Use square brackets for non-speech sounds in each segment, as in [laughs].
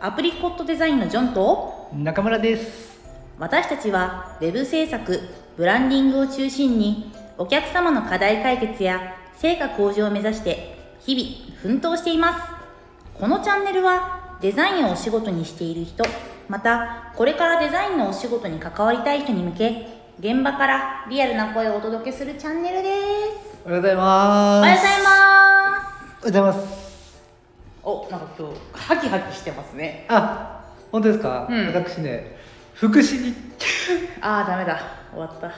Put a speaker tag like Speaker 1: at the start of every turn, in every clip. Speaker 1: アプリコットデザインのジョンと
Speaker 2: 中村です
Speaker 1: 私たちは Web 制作ブランディングを中心にお客様の課題解決や成果向上を目指して日々奮闘していますこのチャンネルはデザインをお仕事にしている人またこれからデザインのお仕事に関わりたい人に向け現場からリアルな声をお届けするチャンネルです
Speaker 2: おはようござい
Speaker 1: お
Speaker 2: ま
Speaker 1: はようご
Speaker 2: す
Speaker 1: ざいます
Speaker 2: おはようございます
Speaker 1: おなんか今日ハキハキしてますね
Speaker 2: あ本当ですか、
Speaker 1: うん
Speaker 2: 私ね福祉に [laughs]
Speaker 1: あーダメだ終わった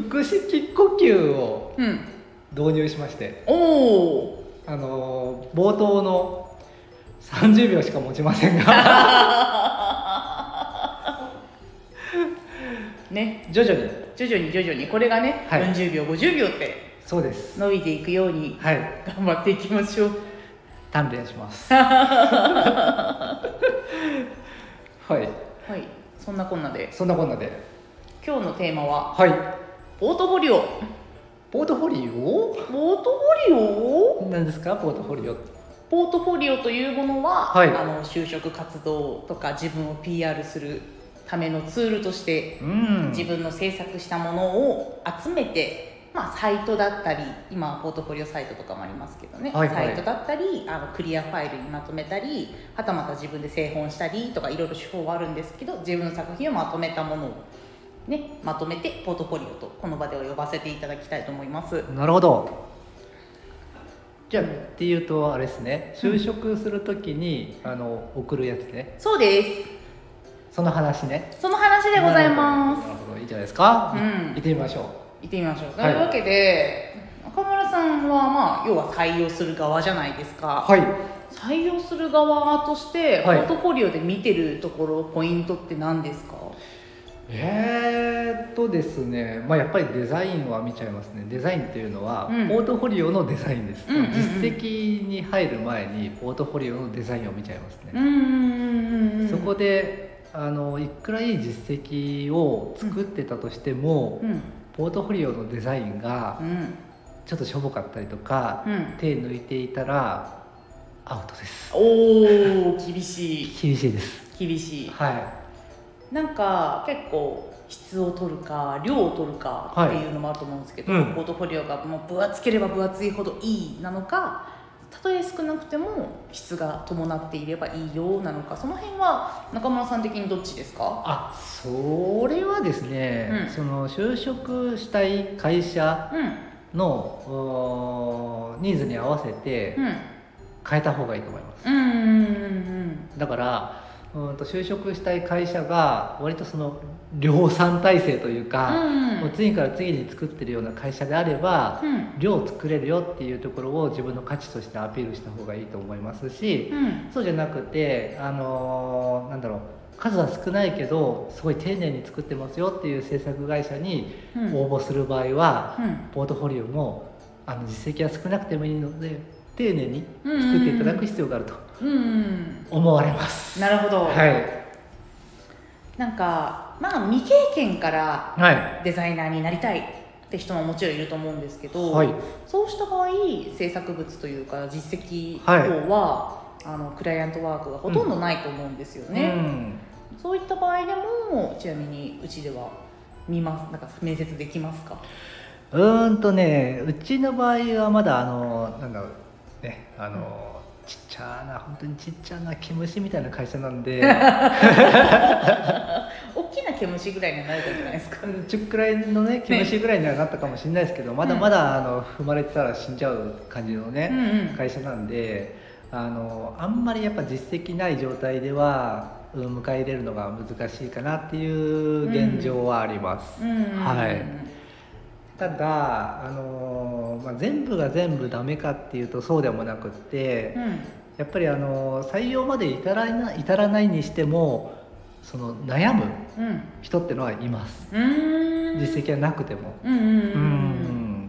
Speaker 2: 腹式呼吸を
Speaker 1: うん
Speaker 2: 導入しまして
Speaker 1: おお
Speaker 2: あのー冒頭の30秒しか持ちませんが
Speaker 1: ね
Speaker 2: 徐々に
Speaker 1: 徐々に徐々にこれがね、
Speaker 2: はい
Speaker 1: 40秒50秒って
Speaker 2: そうです
Speaker 1: 伸びていくように
Speaker 2: はい
Speaker 1: 頑張っていきましょう [laughs]
Speaker 2: 鍛錬しますはい
Speaker 1: はいそんなこんなで
Speaker 2: そんなこんなで
Speaker 1: 今日のテーマは
Speaker 2: はい
Speaker 1: ポートフォリオ
Speaker 2: ポートフォリオ
Speaker 1: ポートフォリオ
Speaker 2: 何ですかポートフォリオ
Speaker 1: ポートフォリオというものは、
Speaker 2: はい
Speaker 1: あの就職活動とか自分を PR するためのツールとして
Speaker 2: うん
Speaker 1: 自分の制作したものを集めて、まあ、サイトだったり今はポートフォリオサイトとかもありますけどね、
Speaker 2: はいはい
Speaker 1: サイトだったりあのクリアファイルにまとめたりはたまた自分で製本したりとかいろいろ手法はあるんですけど自分の作品をまとめたものを、ね、まとめてポートフォリオとこの場では呼ばせていただきたいと思います。
Speaker 2: なるほどじゃあっていうとあれですね就職するときに、あの送るやつね
Speaker 1: そうで
Speaker 2: その話ね
Speaker 1: すその話でございます
Speaker 2: なるほどいいじゃないですか、
Speaker 1: うん
Speaker 2: 行ってみましょう
Speaker 1: 行ってみましょうと
Speaker 2: はいいう
Speaker 1: わけで、中村さんはまあ要は採用する側じゃないですか、
Speaker 2: はい
Speaker 1: 採用する側としてポ
Speaker 2: はい
Speaker 1: ートフォリオで見てるところ、ポイントって何ですか
Speaker 2: えー、っとですね、まあ、やっぱりデザインは見ちゃいますねデザインっていうのは、
Speaker 1: うん
Speaker 2: ポートフォリオのデザインです、
Speaker 1: うんうんうん
Speaker 2: 実績に入る前にポートフォリオのデザインを見ちゃいます
Speaker 1: う
Speaker 2: ね、
Speaker 1: んうんうん
Speaker 2: そこであのいくらいい実績を作ってたとしても、
Speaker 1: うん
Speaker 2: ポートフォリオのデザインが
Speaker 1: うん
Speaker 2: ちょっとしょぼかったりとか、
Speaker 1: うん
Speaker 2: 手抜いていたらアウトです
Speaker 1: おお厳しい
Speaker 2: 厳しいです
Speaker 1: 厳しい
Speaker 2: は
Speaker 1: なんか結構質を取るか量を取るかっていうのもあると思うんですけど、
Speaker 2: はいうん
Speaker 1: ポートフォリオがもう分厚ければ分厚いほどいいなのかたとえ少なくても質が伴っていればいいよなのかその辺は中村さん的にどっちですか
Speaker 2: あそれはですね、
Speaker 1: うん
Speaker 2: その就職したい会社
Speaker 1: うん
Speaker 2: のうーニーズに合わせて
Speaker 1: うん
Speaker 2: 変えた方がいいと思います
Speaker 1: うんうんうん
Speaker 2: だからうーんと就職したい会社が割とその量産体制という
Speaker 1: う
Speaker 2: か、
Speaker 1: ん
Speaker 2: もう次から次に作ってるような会社であれば、
Speaker 1: うん
Speaker 2: 量作れるよっていうところを自分の価値としてアピールした方がいいと思いますし
Speaker 1: うん
Speaker 2: そうじゃなくてあのーなんだろう数は少ないけどすごい丁寧に作ってますよっていう制作会社に
Speaker 1: うん
Speaker 2: 応募する場合は、
Speaker 1: うん
Speaker 2: ポートフォリオもあの実績は少なくてもいいので丁寧に作っていただく必要があると
Speaker 1: うん
Speaker 2: 思われます。
Speaker 1: なるほど、
Speaker 2: はい、
Speaker 1: なんかまあ未経験から
Speaker 2: はい
Speaker 1: デザイナーになりたいって人ももちろんいると思うんですけど、
Speaker 2: はい
Speaker 1: そうした場合制作物というか実績
Speaker 2: はい
Speaker 1: 等は、あのクライアントワークがほとんどないと思うんですよ
Speaker 2: う
Speaker 1: ね、
Speaker 2: ん
Speaker 1: そういった場合でもちなみにうちでは見ますなんか面接できますか
Speaker 2: うーんとねうちの場合はまだあのなんだろうねあの、ちっちゃな本当にちっちゃな毛虫みたいな会社なん
Speaker 1: [laughs]
Speaker 2: で
Speaker 1: 大きな毛虫ぐらいにはなれたんじゃないですか
Speaker 2: 10くらいのね毛虫ぐらいにはなったかもしれないですけど、まだまだあの踏まれてたら死んじゃう感じの
Speaker 1: うん
Speaker 2: ね、
Speaker 1: うん
Speaker 2: 会社なんであのあんまりやっぱ実績ない状態ではうん迎え入れるのが難しいかなっていう現状はあります。
Speaker 1: うんうんうん
Speaker 2: はいただあの、まあ、全部が全部ダメかっていうとそうでもなくって、
Speaker 1: うん
Speaker 2: やっぱりあの採用まで至らな至らないにしてもその悩む
Speaker 1: うん
Speaker 2: 人ってのはいます
Speaker 1: うーん
Speaker 2: 実績はなくても
Speaker 1: うんうんうん
Speaker 2: う
Speaker 1: うん
Speaker 2: ん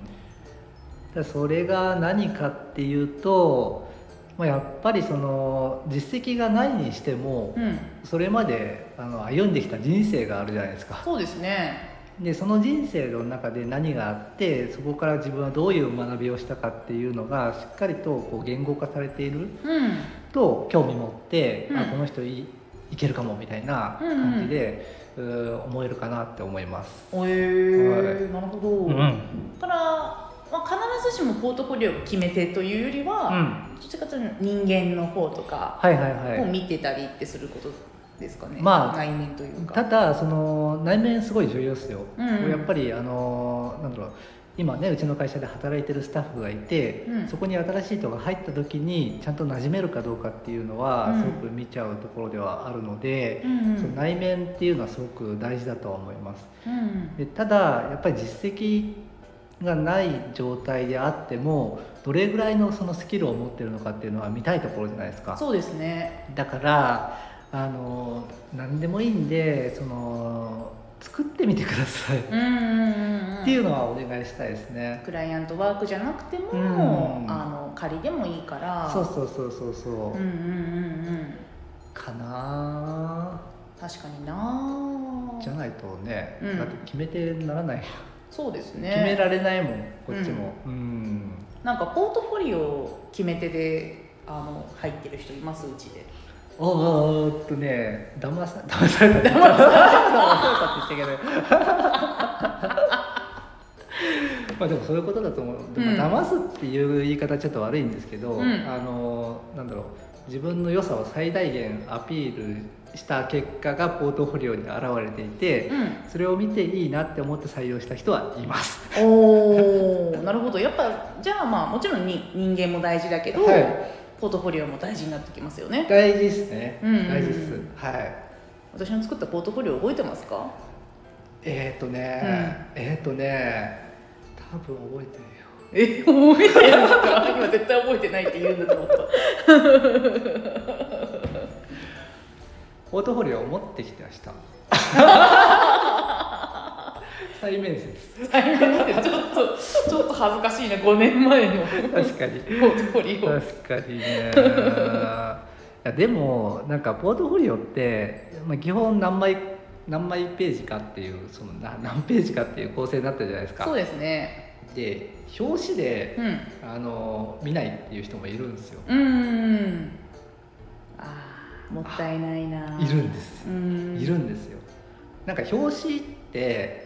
Speaker 2: だからそれが何かっていうと、まあ、やっぱりその実績がないにしても
Speaker 1: うん
Speaker 2: それまであの歩んできた人生があるじゃないですか
Speaker 1: そうですね
Speaker 2: でその人生の中で何があってそこから自分はどういう学びをしたかっていうのがしっかりとこう言語化されている
Speaker 1: うん
Speaker 2: と興味持って、
Speaker 1: うん
Speaker 2: あこの人いいけるかもみたいな感じで、うー思えるかなって思います。
Speaker 1: え
Speaker 2: は
Speaker 1: なるほど、
Speaker 2: うんう
Speaker 1: だ
Speaker 2: ん
Speaker 1: から、まあ、必ずしもポートフォリオを決めてというよりは、どっちかというと人間の方とか
Speaker 2: はいはいはい
Speaker 1: を見てたりってすることですかね、
Speaker 2: まあ
Speaker 1: 内面というか
Speaker 2: ただその内面すごい重要ですよ、
Speaker 1: うんうん
Speaker 2: やっぱりあのなんだろう今ねうちの会社で働いてるスタッフがいて、
Speaker 1: うん
Speaker 2: そこに新しい人が入った時にちゃんと馴染めるかどうかっていうのは、
Speaker 1: うん
Speaker 2: すごく見ちゃうところではあるので
Speaker 1: う、んうん
Speaker 2: その内面っていうのはすごく大事だとは思います
Speaker 1: うん
Speaker 2: でただやっぱり実績がない状態であってもどれぐらいのそのスキルを持ってるのかっていうのは見たいところじゃないですか
Speaker 1: そうですね
Speaker 2: だからあの何でもいいんでその作ってみてください、
Speaker 1: うんうんうんうん
Speaker 2: っていうのはお願いしたいですね、
Speaker 1: クライアントワークじゃなくても、
Speaker 2: うん
Speaker 1: あの仮でもいいから
Speaker 2: そうそうそうそうそう、
Speaker 1: うんうんうんうん
Speaker 2: かな
Speaker 1: 確かにな
Speaker 2: あじゃないとね、
Speaker 1: うん
Speaker 2: だって決めてならない、
Speaker 1: そうです
Speaker 2: 決め
Speaker 1: ね
Speaker 2: られないもんこっちもうん、
Speaker 1: なんかポートフォリオ決め手であの入ってる人いますうちで
Speaker 2: おーおーっとね騙さ騙された騙されたって言っちゃいけないまあでもそういうことだと思う、でも
Speaker 1: うん
Speaker 2: 騙すっていう言い方ちょっと悪いんですけど、
Speaker 1: うん
Speaker 2: あのなんだろう自分の良さを最大限アピールした結果がポートフォリオに現れていて、
Speaker 1: う
Speaker 2: それを見ていいなって思って採用した人はいます
Speaker 1: んおおなるほどやっぱじゃあまあもちろんに人間も大事だけど、
Speaker 2: はい
Speaker 1: ポートフォリオも大事になってきますよね
Speaker 2: 大事ですね、
Speaker 1: うんうんうん
Speaker 2: 大事ですはい
Speaker 1: 私の作ったポートフォリオ覚えてますか
Speaker 2: えっ、ー、とね、えっ、ー、とね多分覚えて
Speaker 1: え
Speaker 2: るよ
Speaker 1: 覚えてるんですか [laughs] 今絶対覚えてないって言うんだと思った
Speaker 2: ポートフォリオを持ってきてました
Speaker 1: [laughs]
Speaker 2: 再面接
Speaker 1: 最後までちょっとちょっと恥ずかしいな5年前の
Speaker 2: 確かに
Speaker 1: ポートフォリオ
Speaker 2: 確かにねいやでもなんかポートフォリオって、まあ、基本何枚何枚ページかっていうそのな何ページかっていう構成になってるじゃないですか
Speaker 1: そうですね
Speaker 2: で表紙で
Speaker 1: うん
Speaker 2: あの見ないっていう人もいるんですよ
Speaker 1: うーんあーもったいないない
Speaker 2: いるんです
Speaker 1: うーん
Speaker 2: いるんですよなんか表紙って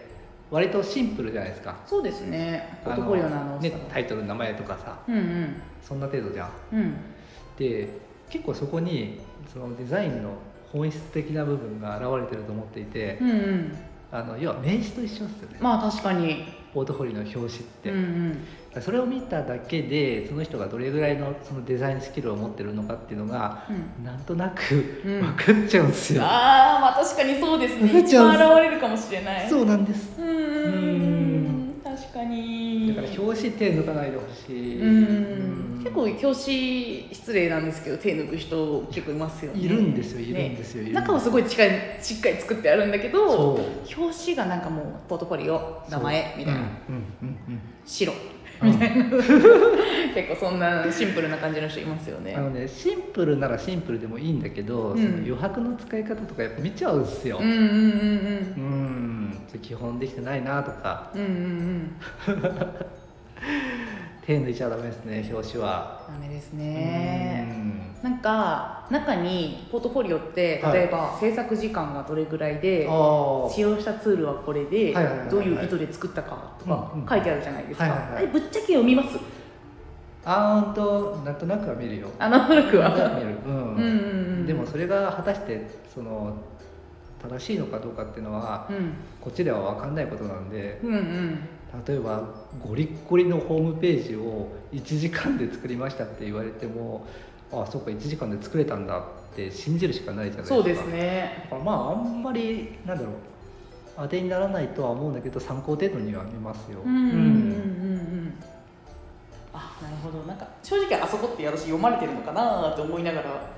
Speaker 2: 割とシンプルじゃないですか
Speaker 1: そうですねポー
Speaker 2: あ
Speaker 1: トフォリオのあの
Speaker 2: ね、タイトル名前とかさ
Speaker 1: うんうん
Speaker 2: そんな程度じゃん
Speaker 1: うん
Speaker 2: で結構そこにそのデザインの本質的な部分が現れてると思っていて、
Speaker 1: うんうん
Speaker 2: あの要は名刺と一緒ですよね、
Speaker 1: まあ確かに
Speaker 2: ポートフォリオの表紙って、
Speaker 1: うんうん
Speaker 2: それを見ただけでその人がどれぐらいのそのデザインスキルを持ってるのかっていうのが
Speaker 1: うん
Speaker 2: なんとなく
Speaker 1: うん
Speaker 2: 分かっちゃうんですよ、
Speaker 1: あーまあ確かにそうですね一
Speaker 2: [laughs] ちょ
Speaker 1: 番
Speaker 2: っと
Speaker 1: 現れるかもしれない
Speaker 2: そうなんです
Speaker 1: うーん確かに
Speaker 2: だから表紙手抜かないでほしい、
Speaker 1: うん
Speaker 2: うん
Speaker 1: 結構教師失礼なんですけど手抜く人結構いますよね
Speaker 2: いるんですよいるんですよ、いるんですよ
Speaker 1: 中はすごいしっかりしっかり作ってあるんだけど
Speaker 2: そう
Speaker 1: 表紙がなんかもうポートフォリオ名前みたいな、
Speaker 2: うんうんうん
Speaker 1: 白
Speaker 2: うん
Speaker 1: みたいな [laughs] 結構そんなシンプルな感じの人いますよね
Speaker 2: あのねシンプルならシンプルでもいいんだけど、
Speaker 1: うん
Speaker 2: その余白の使い方とかやっぱ見ちゃうんですよ
Speaker 1: うんうんうん
Speaker 2: うんそれ基本できてないなとか
Speaker 1: うんうんうんうん
Speaker 2: 手抜いちゃダメですね表紙は
Speaker 1: ダメです
Speaker 2: う
Speaker 1: ね
Speaker 2: ん
Speaker 1: なんか中にポートフォリオって
Speaker 2: はい
Speaker 1: 例えば制作時間がどれぐらいで、
Speaker 2: ああ
Speaker 1: 使用したツールはこれで
Speaker 2: はいはいはいはい
Speaker 1: どういう意図で作ったかとか
Speaker 2: うんうん
Speaker 1: 書いてあるじゃないですか、
Speaker 2: はいはいはい
Speaker 1: あれぶっちゃけ読みます
Speaker 2: あーんとなんとなくは見るよ
Speaker 1: あの古く
Speaker 2: なんとなく
Speaker 1: は
Speaker 2: 見るうん、
Speaker 1: うんうんうん
Speaker 2: でもそれが果たしてその正しいのかどうかっていうのは
Speaker 1: うん
Speaker 2: こっちでは分かんないことなんで
Speaker 1: うんうん
Speaker 2: 例えばゴリッゴリのホームページを1時間で作りましたって言われてもあそっか1時間で作れたんだって信じるしかないじゃないですか
Speaker 1: そうですね
Speaker 2: だからまああんまりなんだろう当てにならないとは思うんだけど参考程度には見ますよ、
Speaker 1: うんうんうんうんうんあなるほどなんか正直あそこって私読まれてるのかなって思いながら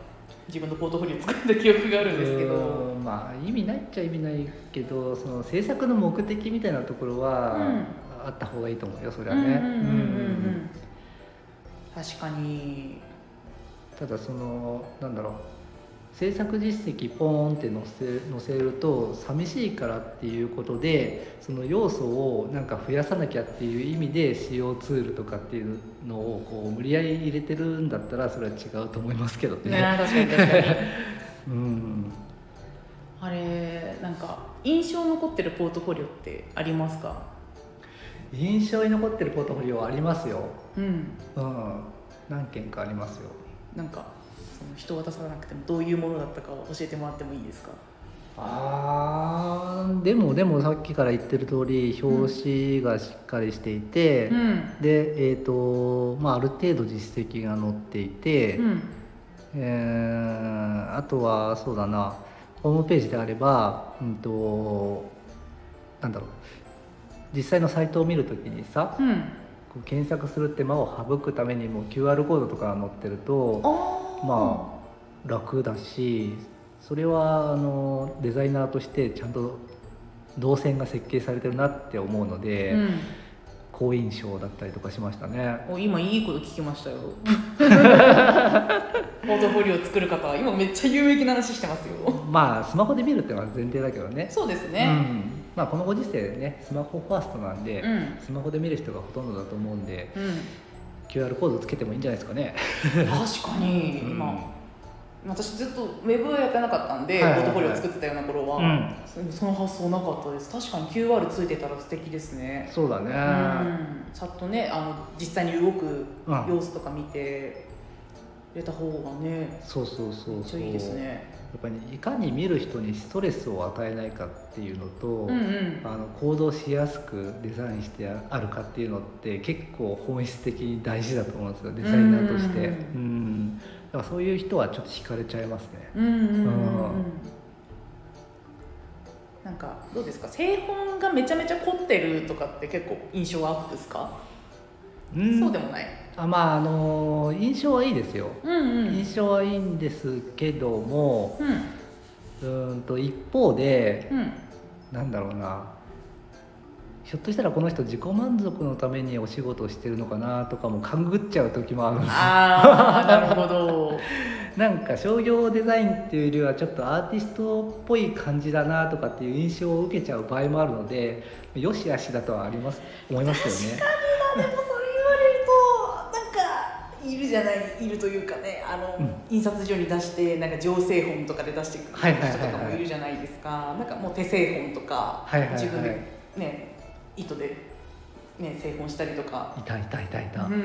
Speaker 1: 自分のポートフォリオ作った記憶があるんですけど
Speaker 2: うーんまあ意味ないっちゃ意味ないけどその制作の目的みたいなところは、
Speaker 1: うん
Speaker 2: あった方がいいと思うよそれ
Speaker 1: う
Speaker 2: は
Speaker 1: んうん
Speaker 2: ね、
Speaker 1: うんうん
Speaker 2: う
Speaker 1: う
Speaker 2: んうん
Speaker 1: ん確かに
Speaker 2: ただそのなんだろう制作実績ポーンって載せ載せると寂しいからっていうことでその要素をなんか増やさなきゃっていう意味で使用ツールとかっていうのをこう無理やり入れてるんだったらそれは違うと思いますけど
Speaker 1: い
Speaker 2: ね。
Speaker 1: やー確かに確かに
Speaker 2: うん
Speaker 1: あれなんか印象残ってるポートフォリオってありますか
Speaker 2: 印象に残ってるポートフォリオはありますよ、
Speaker 1: うん
Speaker 2: うん、何件かありますよ
Speaker 1: なんかその人を渡さなくてもどういうものだったかを教えてもらってもいいですか
Speaker 2: あーでもでもさっきから言ってる通り表紙がしっかりしていて、
Speaker 1: ん
Speaker 2: でえーとまあ、ある程度実績が載っていて、
Speaker 1: うん
Speaker 2: えーあとはそうだなホームページであれば、うん、となんだろう実際のサイトを見るときにさ、
Speaker 1: うん
Speaker 2: こう検索する手間を省くためにも QR コードとかが載ってると
Speaker 1: あ
Speaker 2: まあ楽だしそれはあのデザイナーとしてちゃんと動線が設計されてるなって思うので、
Speaker 1: うん、
Speaker 2: 好印象だったりとかしましたね。
Speaker 1: お今いいこと聞きま
Speaker 2: [laughs]
Speaker 1: したよ [laughs] ポートフォリオ作る方今めっちゃ有益な話してます
Speaker 2: [laughs]
Speaker 1: よ
Speaker 2: まあスマホで見るってのは前提だけどね
Speaker 1: そうです
Speaker 2: う
Speaker 1: ね
Speaker 2: んまあ、このご時世ねスマホファーストなんで、
Speaker 1: うん
Speaker 2: スマホで見る人がほとんどだと思うんで
Speaker 1: うん、
Speaker 2: QR コードつけてもいいんじゃないですかね。
Speaker 1: 確かに
Speaker 2: うん
Speaker 1: 今、私ずっとウェブはやってなかったんで、
Speaker 2: はいはいはい
Speaker 1: ポートフォリオ作ってたような頃は、
Speaker 2: うん
Speaker 1: そその発想なかったです確かに QR ついてたら素敵ですね
Speaker 2: そうだね、
Speaker 1: うんちゃんとねあの実際に動く
Speaker 2: うん
Speaker 1: 様子とか見て入れた方がね
Speaker 2: そうそうそうそう
Speaker 1: めっちゃいいですね
Speaker 2: やっぱりいかに見る人にストレスを与えないかっていうのと、
Speaker 1: うんうん
Speaker 2: あの行動しやすくデザインしてあるかっていうのって結構本質的に大事だと思うんですよデザイナーとして
Speaker 1: う
Speaker 2: うんんだからそういう人はちょっと惹かれちゃいますね
Speaker 1: うんうんうんうん
Speaker 2: うん
Speaker 1: なんかどうですか製本がめちゃめちゃ凝ってるとかって結構印象はアップですか、
Speaker 2: ん
Speaker 1: そうでもない
Speaker 2: あまああの印象はいいですよ、
Speaker 1: うんうんうん
Speaker 2: 印象はいいんですけどもうーんと一方で [laughs]
Speaker 1: うん
Speaker 2: なんだろうなひょっとしたらこの人自己満足のためにお仕事をしてるのかなとかも勘ぐっちゃう時もあるんですよ
Speaker 1: ああなるほど
Speaker 2: なんか商業デザインっていうよりはちょっとアーティストっぽい感じだなとかっていう印象を受けちゃう場合もあるのでよし悪しだとはあります思いますけどね
Speaker 1: でもそれ言われるとなんかいるじゃないいるというかねあの、
Speaker 2: うん
Speaker 1: 印刷所に出してなんか情勢本とかで出してく
Speaker 2: はい
Speaker 1: る
Speaker 2: はいはいは
Speaker 1: 人
Speaker 2: い
Speaker 1: とかもいるじゃないですかなんかもう手製本とか、
Speaker 2: はいはいはい
Speaker 1: [laughs] 自分でね糸で、ね、製本したりとか。
Speaker 2: いたいたいたいた、
Speaker 1: うんうん
Speaker 2: い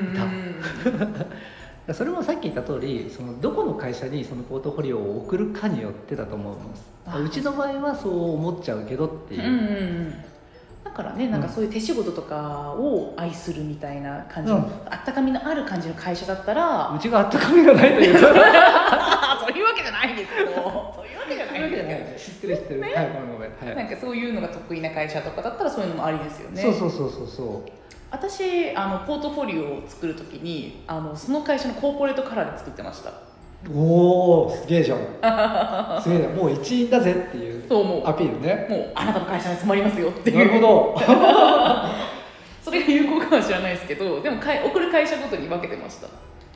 Speaker 2: たそれもさっき言った通りそのどこの会社にそのポートフォリオを送るかによってだと思います
Speaker 1: あ
Speaker 2: うちの場合はそう思っちゃうけどって
Speaker 1: うん
Speaker 2: いう、
Speaker 1: うんうんだからねなんかそういう手仕事とかを愛するみたいな感じの、
Speaker 2: うん
Speaker 1: あったかみのある感じの会社だったら、
Speaker 2: うちがあったかみがないというかそういうわ
Speaker 1: あ [laughs] そういうわけじゃないんですけ
Speaker 2: [laughs]
Speaker 1: どそういうわけじゃないん
Speaker 2: け
Speaker 1: で
Speaker 2: じ
Speaker 1: す
Speaker 2: ゃ
Speaker 1: けど
Speaker 2: ない知ってる知ってる、はいごめんごめん、はい
Speaker 1: なんかそういうのが得意な会社とかだったらそういうのもありですよね
Speaker 2: そうそうそうそうそう
Speaker 1: 私あのポートフォリオを作るときにあのその会社のコーポレートカラーで作ってました
Speaker 2: おおすげえじゃん
Speaker 1: [laughs]
Speaker 2: すげえじゃんもう一員だぜっていう
Speaker 1: そう思う
Speaker 2: アピールね
Speaker 1: もうあなたの会社に染まりますよっていう
Speaker 2: なるほど
Speaker 1: それが有効かは知らないですけどでもかい送る会社ごとに分けてました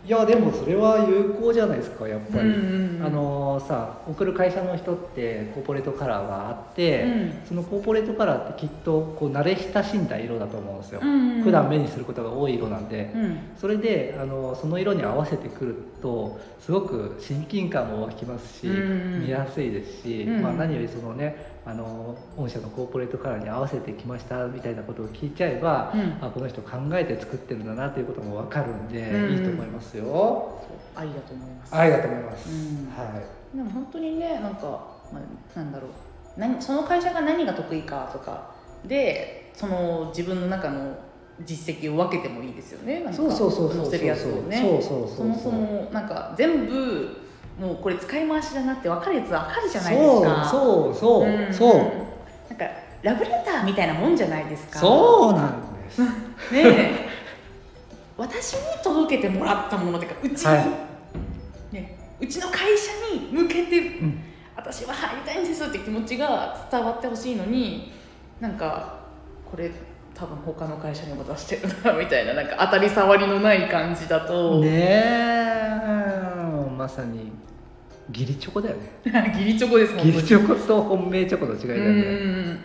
Speaker 2: いやでもそれは有効じゃないですかやっぱ
Speaker 1: うん
Speaker 2: り、
Speaker 1: うんうん
Speaker 2: あのさ送る会社の人ってコーポレートカラーがあっ
Speaker 1: う
Speaker 2: て、
Speaker 1: ん
Speaker 2: そのコーポレートカラーってきっとこう慣れ親しんだ色だと思うんですよ、
Speaker 1: うんうん
Speaker 2: 普段目にすることが多い色なんで、
Speaker 1: うん
Speaker 2: それであのその色に合わせてくるとすごく親近感も湧きますし、
Speaker 1: うん
Speaker 2: 見やすいですし、
Speaker 1: うん
Speaker 2: まあ、何よりそのねあの御社のコーポレートカラーに合わせてきましたみたいなことを聞いちゃえば、
Speaker 1: うん
Speaker 2: あこの人考えて作ってるんだなということも分かるんで、
Speaker 1: うん
Speaker 2: いいと思いますよ。
Speaker 1: 愛だと思います
Speaker 2: 愛だと思います、
Speaker 1: うん
Speaker 2: はい
Speaker 1: でも本当にねなんか、まあ、なんだろう何その会社が何が得意かとかでその自分の中の実績を分けてもいいですよねなんか
Speaker 2: そうそうそうそうそう
Speaker 1: 載せるやつをね
Speaker 2: そうそうそう
Speaker 1: そもそもなんか全部もうこれ使い回しだなって分かるやつは分かるじゃないですか
Speaker 2: そうそうそう、
Speaker 1: ん
Speaker 2: そう
Speaker 1: なんかラブレターみたいなもんじゃないですか
Speaker 2: そうなんです
Speaker 1: [laughs] うねえ私に届けてもらったものとかうちに、
Speaker 2: は
Speaker 1: ね、うちの会社に向けて
Speaker 2: うん
Speaker 1: 私は入りたいんですって気持ちが伝わってほしいのになんかこれ多分他の会社にも出してるなみたいななんか当たり障りのない感じだと、
Speaker 2: ねえまさにギリチョコだよ
Speaker 1: [laughs]
Speaker 2: ね
Speaker 1: ギリチョコですもん
Speaker 2: ギリチョコと本命チョコの違いだ
Speaker 1: う
Speaker 2: よ
Speaker 1: んうん
Speaker 2: ね
Speaker 1: うん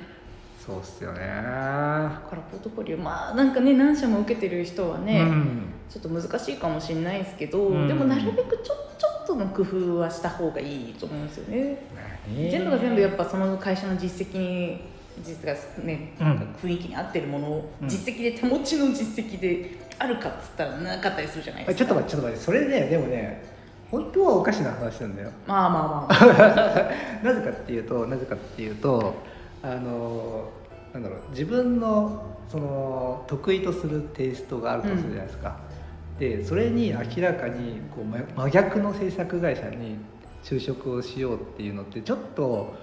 Speaker 2: そうっすよね
Speaker 1: だからポートフォリオまあなんかね何社も受けてる人はね、
Speaker 2: うん
Speaker 1: ちょっと難しいかもしれないですけど、
Speaker 2: うん
Speaker 1: でもなるべくちょちょっとの工夫はした方がいいと思うんですよね、
Speaker 2: まあね
Speaker 1: 全部が全部やっぱその会社の実績に実がね、
Speaker 2: うん
Speaker 1: なんか雰囲気に合ってるものを
Speaker 2: うん
Speaker 1: 実績で手持ちの実績であるかっつったらなかったりするじゃないですか
Speaker 2: ちょっと待ってちょっと待ってそれねでもね本当はおかしな話なんだよ
Speaker 1: まあまあまあ
Speaker 2: なぜかっていうとなぜかっていうとあのなんだろう自分のその得意とするテイストがあるとするじゃないですか、でそれに明らかにこうま真逆の制作会社に就職をしようっていうのってちょっと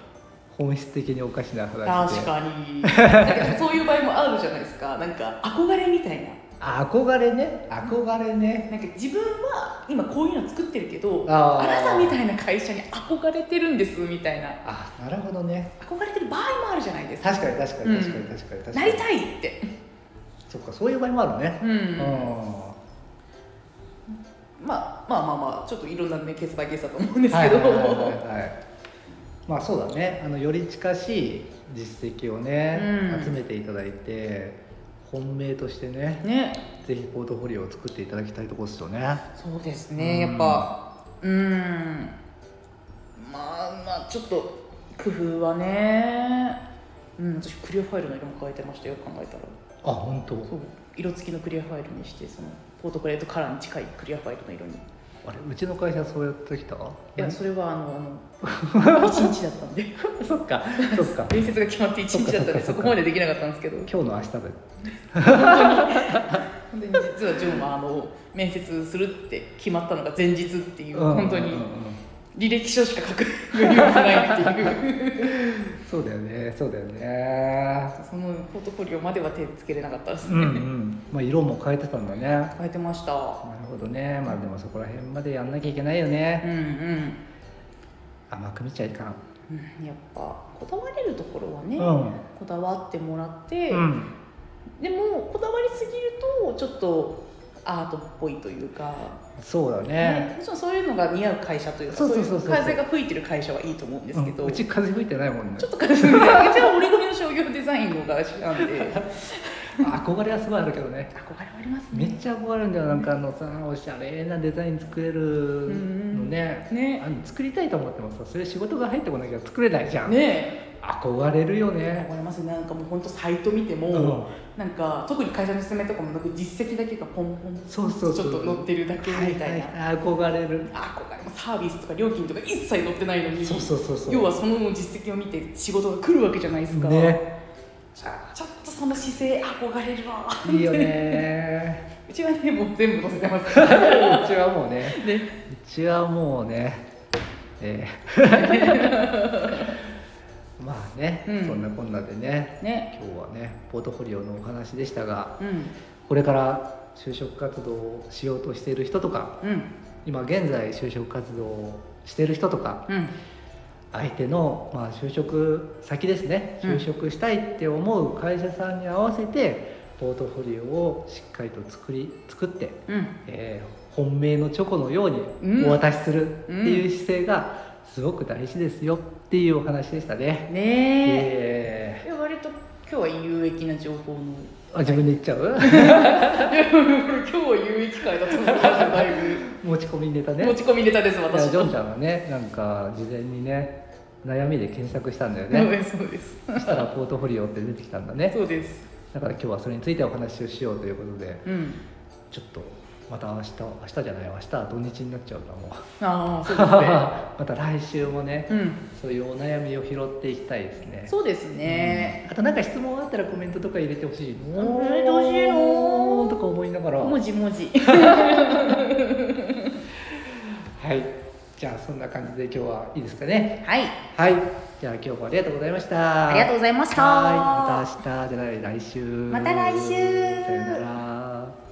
Speaker 2: 本質的におかしな [laughs] 話で
Speaker 1: 確かに
Speaker 2: [laughs]
Speaker 1: だけどそういう場合もあるじゃないですかなんか憧れみたいな
Speaker 2: あ憧れね憧れね、
Speaker 1: なんか自分は今こういうの作ってるけど
Speaker 2: あ
Speaker 1: あ
Speaker 2: ー
Speaker 1: なたみたいな会社に憧れてるんですみたいな
Speaker 2: あなるほどね
Speaker 1: 憧れてる場合もあるじゃないですか
Speaker 2: 確かに確かに確かに確かに確かに、
Speaker 1: なりたいって、
Speaker 2: そっかそういう場合もあるね
Speaker 1: うん
Speaker 2: うん
Speaker 1: まあ、まあまあまあちょっといろんなねケースバイケースだと思うんです
Speaker 2: はい
Speaker 1: け
Speaker 2: は
Speaker 1: ど
Speaker 2: いはいはいはいまあそうだねあのより近しい実績をね、
Speaker 1: うん
Speaker 2: 集めていただいて本命としてね
Speaker 1: [laughs] ね
Speaker 2: ぜひポートフォリオを作っていただきたいところですよね
Speaker 1: そうです
Speaker 2: う
Speaker 1: ね
Speaker 2: ん
Speaker 1: やっぱうんまあまあちょっと工夫はねうん私クリアファイルの色も変えてましたよく考えたら
Speaker 2: あ本当
Speaker 1: そう色付きのクリアファイルにしてそのポートクレートカラーに近いクリアファイルの色にい
Speaker 2: あれうちの会社そうやってきたい
Speaker 1: やそれはあのあの一日だったんで
Speaker 2: [laughs] そっかそっか
Speaker 1: 面接が決まって一日だったんでそ
Speaker 2: そっかそっかそっか
Speaker 1: こまでできなかったんですけど
Speaker 2: 今日の明日で [laughs]
Speaker 1: で実はジョンはあの面接するって決まったのが前日っていう、
Speaker 2: うん
Speaker 1: 本当に
Speaker 2: うんうん
Speaker 1: 履歴書しか書く [laughs] 余裕がないっていう
Speaker 2: そうだよねそうだよね
Speaker 1: そのポートフォリオまでは手つけれなかったです
Speaker 2: う
Speaker 1: ね、
Speaker 2: んうんまあ色も変えてたんだねな
Speaker 1: 変えてましたう
Speaker 2: るほどねまあでもそこら辺までやんなきゃいけないよね
Speaker 1: んうん、
Speaker 2: 甘く見ちゃいかん
Speaker 1: うん、やっぱこだわれるところはね、
Speaker 2: うん
Speaker 1: こだわってもらって、
Speaker 2: うん
Speaker 1: でもこだわりすぎるとちょっとアートっぽいというか、
Speaker 2: そうだ
Speaker 1: ね
Speaker 2: ね、
Speaker 1: もちろんそういうのが似合う会社というか
Speaker 2: そうそうそうそう
Speaker 1: い風が吹いてる会社はいいと思うんですけど、
Speaker 2: うんうち風吹いてないもんね
Speaker 1: ちょっと感じないうちは折り込みの商業デザインのが主なんで憧れは
Speaker 2: [laughs] 憧れはすごいあるけどね
Speaker 1: あります
Speaker 2: め
Speaker 1: ね
Speaker 2: っちゃ憧れるんだよなんかあのさおしゃれなデザイン作れるのね、
Speaker 1: ね
Speaker 2: あの作りたいと思ってもさそれ仕事が入ってこなきゃ作れないじゃん、
Speaker 1: ね
Speaker 2: 憧れるよ
Speaker 1: え
Speaker 2: ね
Speaker 1: 憧れますねなんかもう本当サイト見ても、
Speaker 2: うん
Speaker 1: なんか特に会社の勧めとかもなく実績だけがポンポン
Speaker 2: そうそうそう
Speaker 1: ちょっと載ってるだけみたいな、
Speaker 2: はいはい憧れる
Speaker 1: 憧れもサービスとか料金とか一切載ってないのに
Speaker 2: そうそうそうそう
Speaker 1: 要はその実績を見て仕事が来るわけじゃないですか、
Speaker 2: ね
Speaker 1: ちょちょっとその姿勢憧れるわ
Speaker 2: いいよね
Speaker 1: うちはねもう全部載せてます
Speaker 2: [laughs] うちはもうね
Speaker 1: [laughs] ね
Speaker 2: うちはもうね、え [laughs] ーまあね、
Speaker 1: うん
Speaker 2: そんなこんなでね
Speaker 1: ね
Speaker 2: 今日はねポートフォリオのお話でしたが
Speaker 1: うん
Speaker 2: これから就職活動をしようとしている人とか
Speaker 1: うん
Speaker 2: 今現在就職活動をしている人とか
Speaker 1: うん
Speaker 2: 相手の、まあ、就職先ですね
Speaker 1: うん
Speaker 2: 就職したいって思う会社さんに合わせて、ポートフォリオをしっかりと作り作って
Speaker 1: うん
Speaker 2: えー本命のチョコのよう
Speaker 1: うん
Speaker 2: にお渡しするっていう姿勢がすごく大事ですよっていうお話でしたね。
Speaker 1: ねえい
Speaker 2: え
Speaker 1: や割と今日は有益な情報の
Speaker 2: ーあ自分で言っちゃう
Speaker 1: い
Speaker 2: [laughs]
Speaker 1: や今日は有益会だと思っただ [laughs] いぶ
Speaker 2: 持ち込みネタね。
Speaker 1: 持ち込みネタです
Speaker 2: いや
Speaker 1: 私
Speaker 2: ジョンちゃんはねなんか事前にね悩みで検索したんだよ
Speaker 1: そう
Speaker 2: ね。
Speaker 1: です [laughs] そうです
Speaker 2: そしたらポートフォリオって出てきたんだね。
Speaker 1: そうです
Speaker 2: だから今日はそれについてお話をしようということで
Speaker 1: うん
Speaker 2: ちょっとまた明日明日じゃない明日は土日になっちゃうからもう。
Speaker 1: ああそう
Speaker 2: [laughs] また来週もね、
Speaker 1: ですね
Speaker 2: そういうお悩みを拾っていきたいですね
Speaker 1: うん。 [laughs] そうですね、
Speaker 2: あとなんか質問あったらコメントとか入れてほしいの
Speaker 1: うん入れてほしいの
Speaker 2: とか思いながらは
Speaker 1: 文字文字
Speaker 2: いじゃあそんな感じで今日はいいですかね
Speaker 1: はい
Speaker 2: はいじゃあ今日もありがとうございました
Speaker 1: ありがとうございました
Speaker 2: はいまた明日じゃない来週
Speaker 1: また来週
Speaker 2: さよなら